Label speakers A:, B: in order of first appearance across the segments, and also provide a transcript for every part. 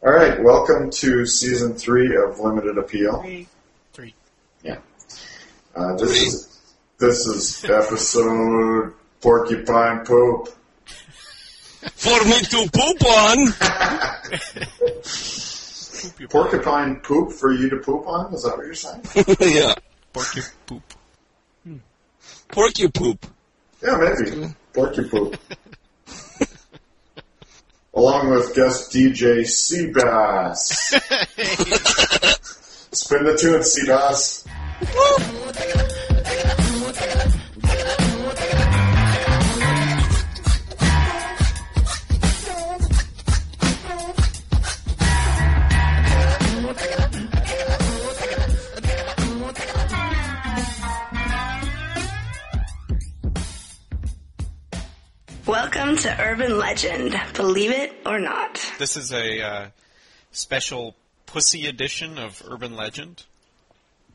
A: welcome to season three of Limited Appeal.
B: Three.
C: Three.
A: Uh, this is this is episode Porcupine Pope.
D: For me to poop on.
C: Poop your pork.
A: Porcupine poop for you to poop on? Is that what you're saying?
D: yeah.
C: Pork your poop.
D: Pork you poop.
A: Yeah, maybe. Porky poop. Along with guest DJ Seabass. Spin the tune, Seabass.
B: Welcome to Urban Legend, believe it or not.
E: This is a uh, special pussy edition of Urban Legend.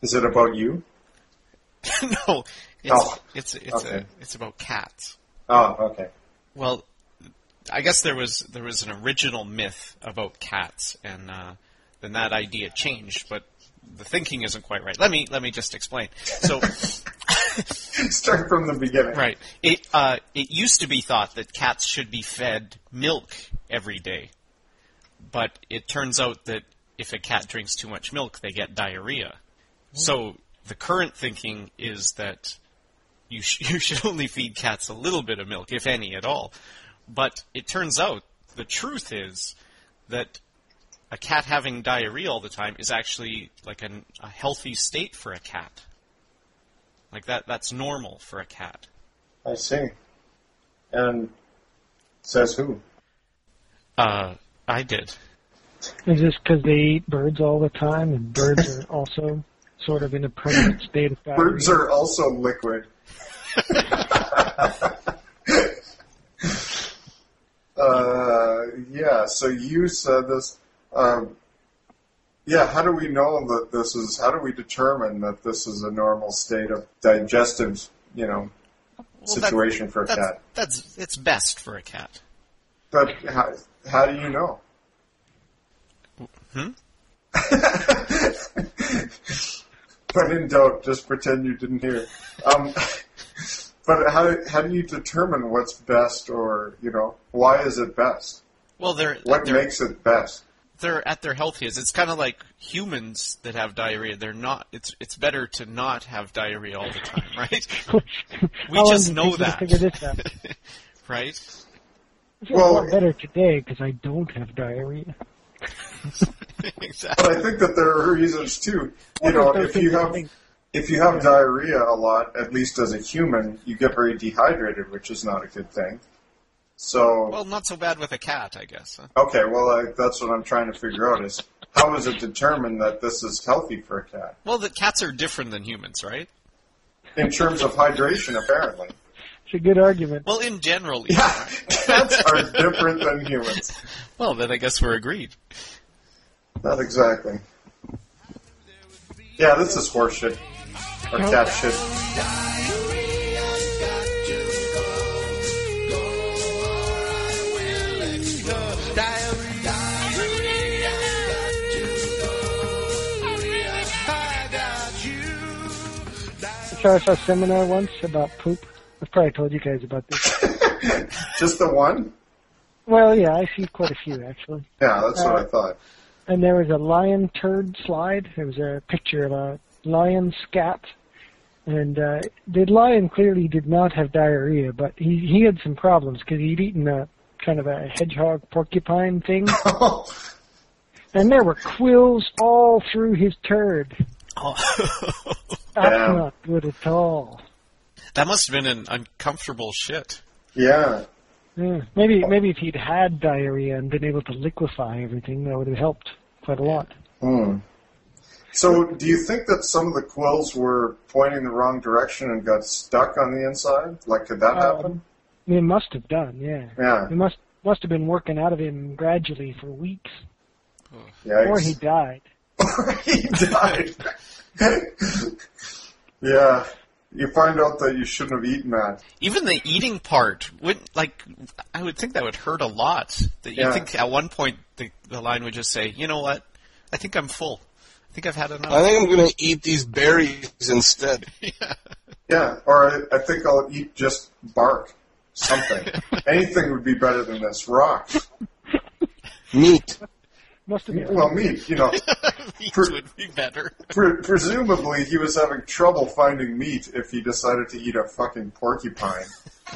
A: Is it about you?
E: no, it's
A: Oh,
E: it's it's,
A: okay.
E: a, it's about cats.
A: Oh, okay.
E: Well, I guess there was there was an original myth about cats, and uh, then that idea changed, but the thinking isn't quite right. Let me let me just explain. So.
A: Start from the beginning.
E: Right. It uh, it used to be thought that cats should be fed milk every day, but it turns out that if a cat drinks too much milk, they get diarrhea. So the current thinking is that you sh- you should only feed cats a little bit of milk, if any at all. But it turns out the truth is that a cat having diarrhea all the time is actually like an, a healthy state for a cat. Like that that's normal for a cat.
F: I see. And says who?
E: Uh, I did.
G: Is this because they eat birds all the time, and birds are also sort of in a permanent state of diarrhea?
A: Birds are also liquid. uh, yeah, so you said this. Um, yeah, how do we know that this is, how do we determine that this is a normal state of digestive, you know, situation for a
E: That's,
A: cat?
E: that's it's best for a cat.
A: But how, how do you know?
E: Hmm?
A: when in doubt, just pretend you didn't hear. Um, but how, how do you determine what's best or, you know, why is it best?
E: Well, they're
A: What
E: they're,
A: makes it best?
E: they're at their healthiest. It's kind of like humans that have diarrhea. They're not. It's it's better to not have diarrhea all the time, right? We
G: How long
E: just
G: did it
E: know
G: take you to
E: that.
G: figure this out?
E: right?
G: I feel
A: Well-
G: a lot better today because I don't have diarrhea.
E: exactly.
A: But I think that there are reasons too. You know, if you have if you have diarrhea a lot, at least as a human, you get very dehydrated, which is not a good thing. So
E: Well, not so bad with a cat, I guess. Huh?
A: okay, well I, that's what I'm trying to figure out is how is it determined that this is healthy for a cat
E: Well, the cats are different than humans, right?
A: in terms of hydration? Apparently,
G: It's a good argument.
E: Well, in general, right?
A: cats are different than humans.
E: Well, then I guess we're agreed.
A: Not exactly. Yeah, this is horseshit or cat shit.
G: So I saw a seminar once about poop. I've probably told you guys about this.
A: Just the one?
G: Well, yeah, I see quite a few actually.
A: Yeah, that's what I
G: Uh.
A: thought.
G: And there was a lion turd slide. There was a picture of a lion scat. And uh, the lion clearly did not have diarrhea, but he he had some problems because he'd eaten a kind of a hedgehog porcupine thing, and there were quills all through his turd.
E: Oh.
G: That's
A: Yeah.
G: not good at all.
E: that must have been an uncomfortable shit.
A: yeah.
G: Yeah. Maybe maybe if he'd had diarrhea and been able to liquefy everything, that would have helped quite a lot.
A: Hmm. So, do you think that some of the quills were pointing the wrong direction and got stuck on the inside? Like, could that
G: Um,
A: happen?
G: It must have done, yeah.
A: Yeah.
G: It must must have been working out of him gradually for weeks,
A: Yikes.
G: or he died.
A: Or he died. yeah. You find out that you shouldn't have eaten that.
E: Even the eating part would like I would think that would hurt a lot. That you
A: Yeah.
E: think at one point the, the lion would just say, you know what? I think I'm full. I think I've had enough.
D: I think I'm going to eat these berries instead.
A: Yeah, or I, I think I'll eat just bark, something. Anything would be better than this rock.
D: Meat.
G: Must have been.
A: Well, meat, you know.
E: Meat
A: For-
E: would be better.
A: Pre- presumably, he was having trouble finding meat if he decided to eat a fucking porcupine.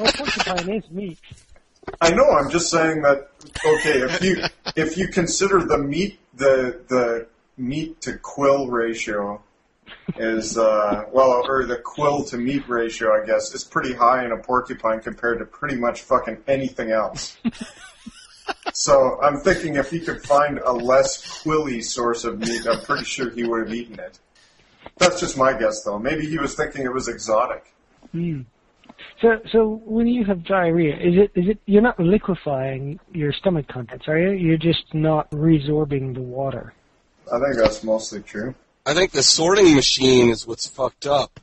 G: Well, porcupine is meat.
A: I know. I'm just saying that. Okay, if you if you consider the meat the the meat to quill ratio is uh, well, or the quill to meat ratio, I guess, is pretty high in a porcupine compared to pretty much fucking anything else. So I'm thinking if he could find a less quilly source of meat, I'm pretty sure he would have eaten it. That's just my guess, though. Maybe he was thinking it was exotic.
G: So, so when you have diarrhea, is it is it you're not liquefying your stomach contents, are you? You're just not resorbing the water.
A: I think that's mostly true.
D: I think the sorting machine is what's fucked up.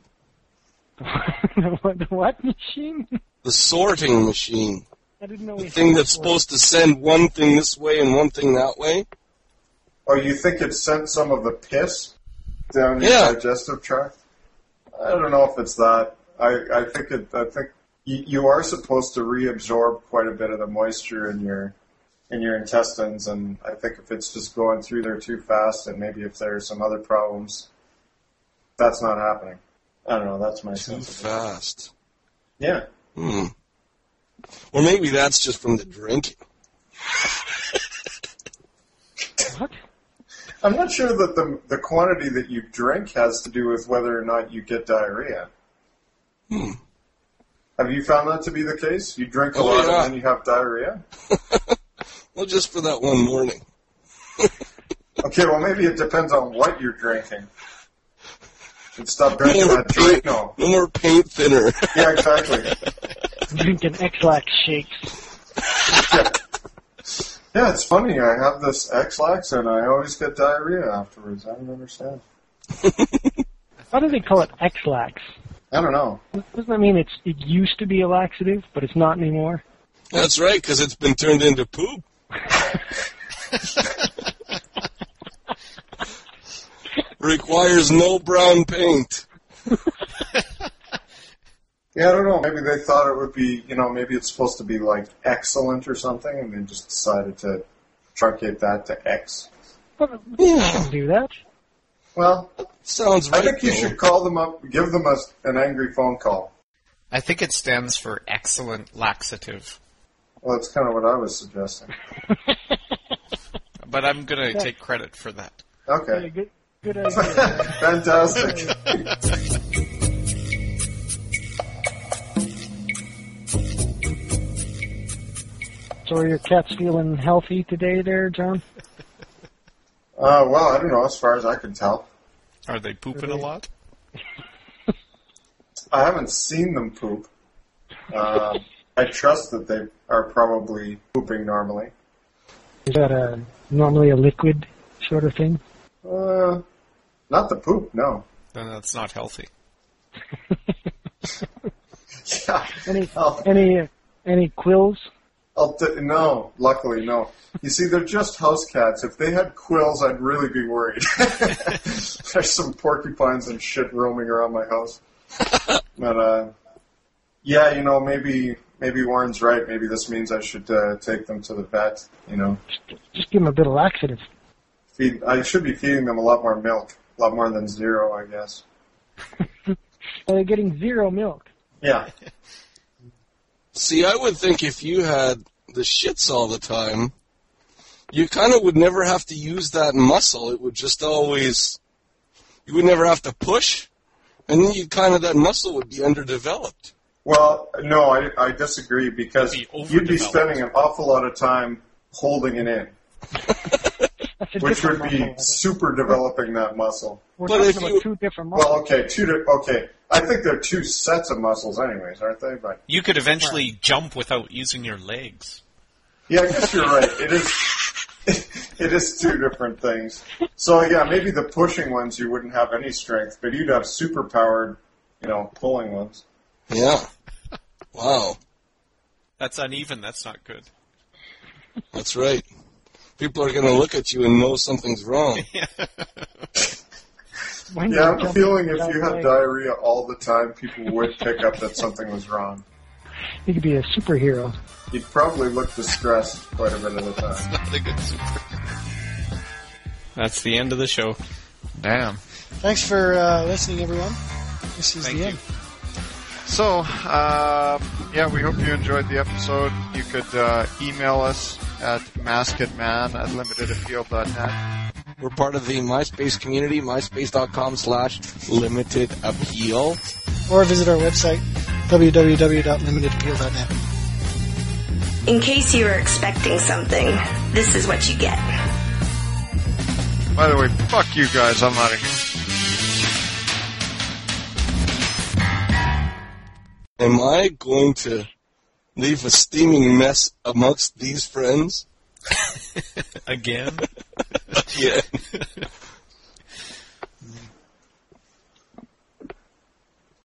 G: the, what, the what machine?
D: The sorting machine.
G: I didn't know.
D: The
G: we
D: thing
G: had
D: that's
G: one.
D: supposed to send one thing this way and one thing that way.
A: Oh, you think it sent some of the piss down
D: Yeah.
A: your digestive tract? I don't know if it's that. I, I think it. I think you, you are supposed to reabsorb quite a bit of the moisture in your in your intestines, and I think if it's just going through there too fast, and maybe if there's some other problems, that's not happening. I don't know. That's my
D: Too
A: sense. Of it.
D: fast.
A: Yeah.
D: Hmm. Or maybe that's just from the drinking.
G: What?
A: I'm not sure that the the quantity that you drink has to do with whether or not you get diarrhea.
D: Hmm.
A: Have you found that to be the case? You drink a
D: Oh,
A: lot
D: yeah.
A: and then you have diarrhea?
D: Well, just for that one morning.
A: Okay, well maybe it depends on what you're drinking. And stop drinking
D: no, more
A: that drink.
D: paint,
A: No.
D: no more paint thinner.
A: Yeah, exactly.
G: I'm drinking X-Lax shakes.
A: Yeah, it's funny. I have this X-Lax and I always get diarrhea afterwards. I don't understand.
G: Why do they call it X-Lax?
A: I don't know.
G: Doesn't that mean it's it used to be a laxative, but it's not anymore?
D: That's right, because it's been turned into poop. Requires no brown paint.
A: Yeah, I don't know. Maybe they thought it would be, you know, maybe it's supposed to be like excellent or something and they just decided to truncate that to X.
G: But
D: Yeah,
G: do that.
A: Well,
D: sounds
A: I
D: right.
A: think you
D: though.
A: should call them up, give them a, an angry phone call.
E: I think it stands for excellent laxative.
A: Well, that's kind of what I was suggesting.
E: But I'm going to take credit for that.
G: Yeah,
A: Okay.
G: good, good idea.
A: Fantastic.
G: so are your cats feeling healthy today, there, John?
A: Uh, well, I don't know, as far as I can tell.
E: Are they pooping
H: Mm-hmm.
E: a lot?
A: I haven't seen them poop. Uh, I trust that they are probably pooping normally.
G: Is that a normally a liquid sort of thing?
A: Uh, not the poop, no.
E: Then that's not healthy.
A: Yeah,
G: Any
H: Oh.
A: I'll,
G: any any quills?
A: I'll t- no, luckily, no. You see, they're just house cats. If they had quills, I'd really be worried. There's some porcupines and shit roaming around my house. But, uh, yeah, you know, maybe, maybe Warren's right. Maybe this means I should, uh, take them to the vet, you know.
G: Just give them a bit of laxative.
A: feed, I should be feeding them a lot more milk, a lot more than zero, I guess.
G: Are they getting zero milk?
A: Yeah.
D: See, I would think if you had the shits all the time, you kind of would never have to use that muscle. It would just always, you would never have to push, and then you kind of that muscle would be underdeveloped.
A: Well, no, I, I disagree because
E: Be
A: you'd be
E: overdeveloped.
A: spending an awful lot of time holding it in,
G: That's a
A: which
G: different
A: would be
G: muscle.
A: super developing that muscle.
G: We're
D: But
G: talking
D: if
G: about
D: you-
G: two different muscles.
A: Well, okay, two. To, okay, I think they're two sets of muscles, anyways, aren't they? But
E: You could eventually jump without using your legs.
A: yeah, I guess you're right. It is. It is two different things. So yeah, maybe the pushing ones you wouldn't have any strength, but you'd have super powered, you know, pulling ones.
D: Yeah. Wow.
E: That's uneven. That's not good.
D: That's right. people are going to look at you and know something's wrong.
G: When
A: Yeah, I have
G: you're
A: a feeling
G: jumping
A: if you
G: that
A: had
G: way,
A: diarrhea all the time, people would pick up that something was wrong.
G: you could be a superhero.
A: You'd probably look distressed quite a bit of the time.
E: That's the end of the show.
I: Damn.
H: Thanks for uh, listening, everyone. This is
E: Thank
H: the
E: you.
H: end.
I: So, uh, yeah, we hope you enjoyed the episode. You could uh, email us at maskedman at limitedappeal.net.
D: We're part of the MySpace community, myspace.com slash limited appeal.
H: Or visit our website, www.limitedappeal.net.
B: In case you were expecting something, this is what you get.
I: By the way, fuck you guys, I'm out of here.
D: Am I going to leave a steaming mess amongst these friends?
E: Again?
D: Yeah.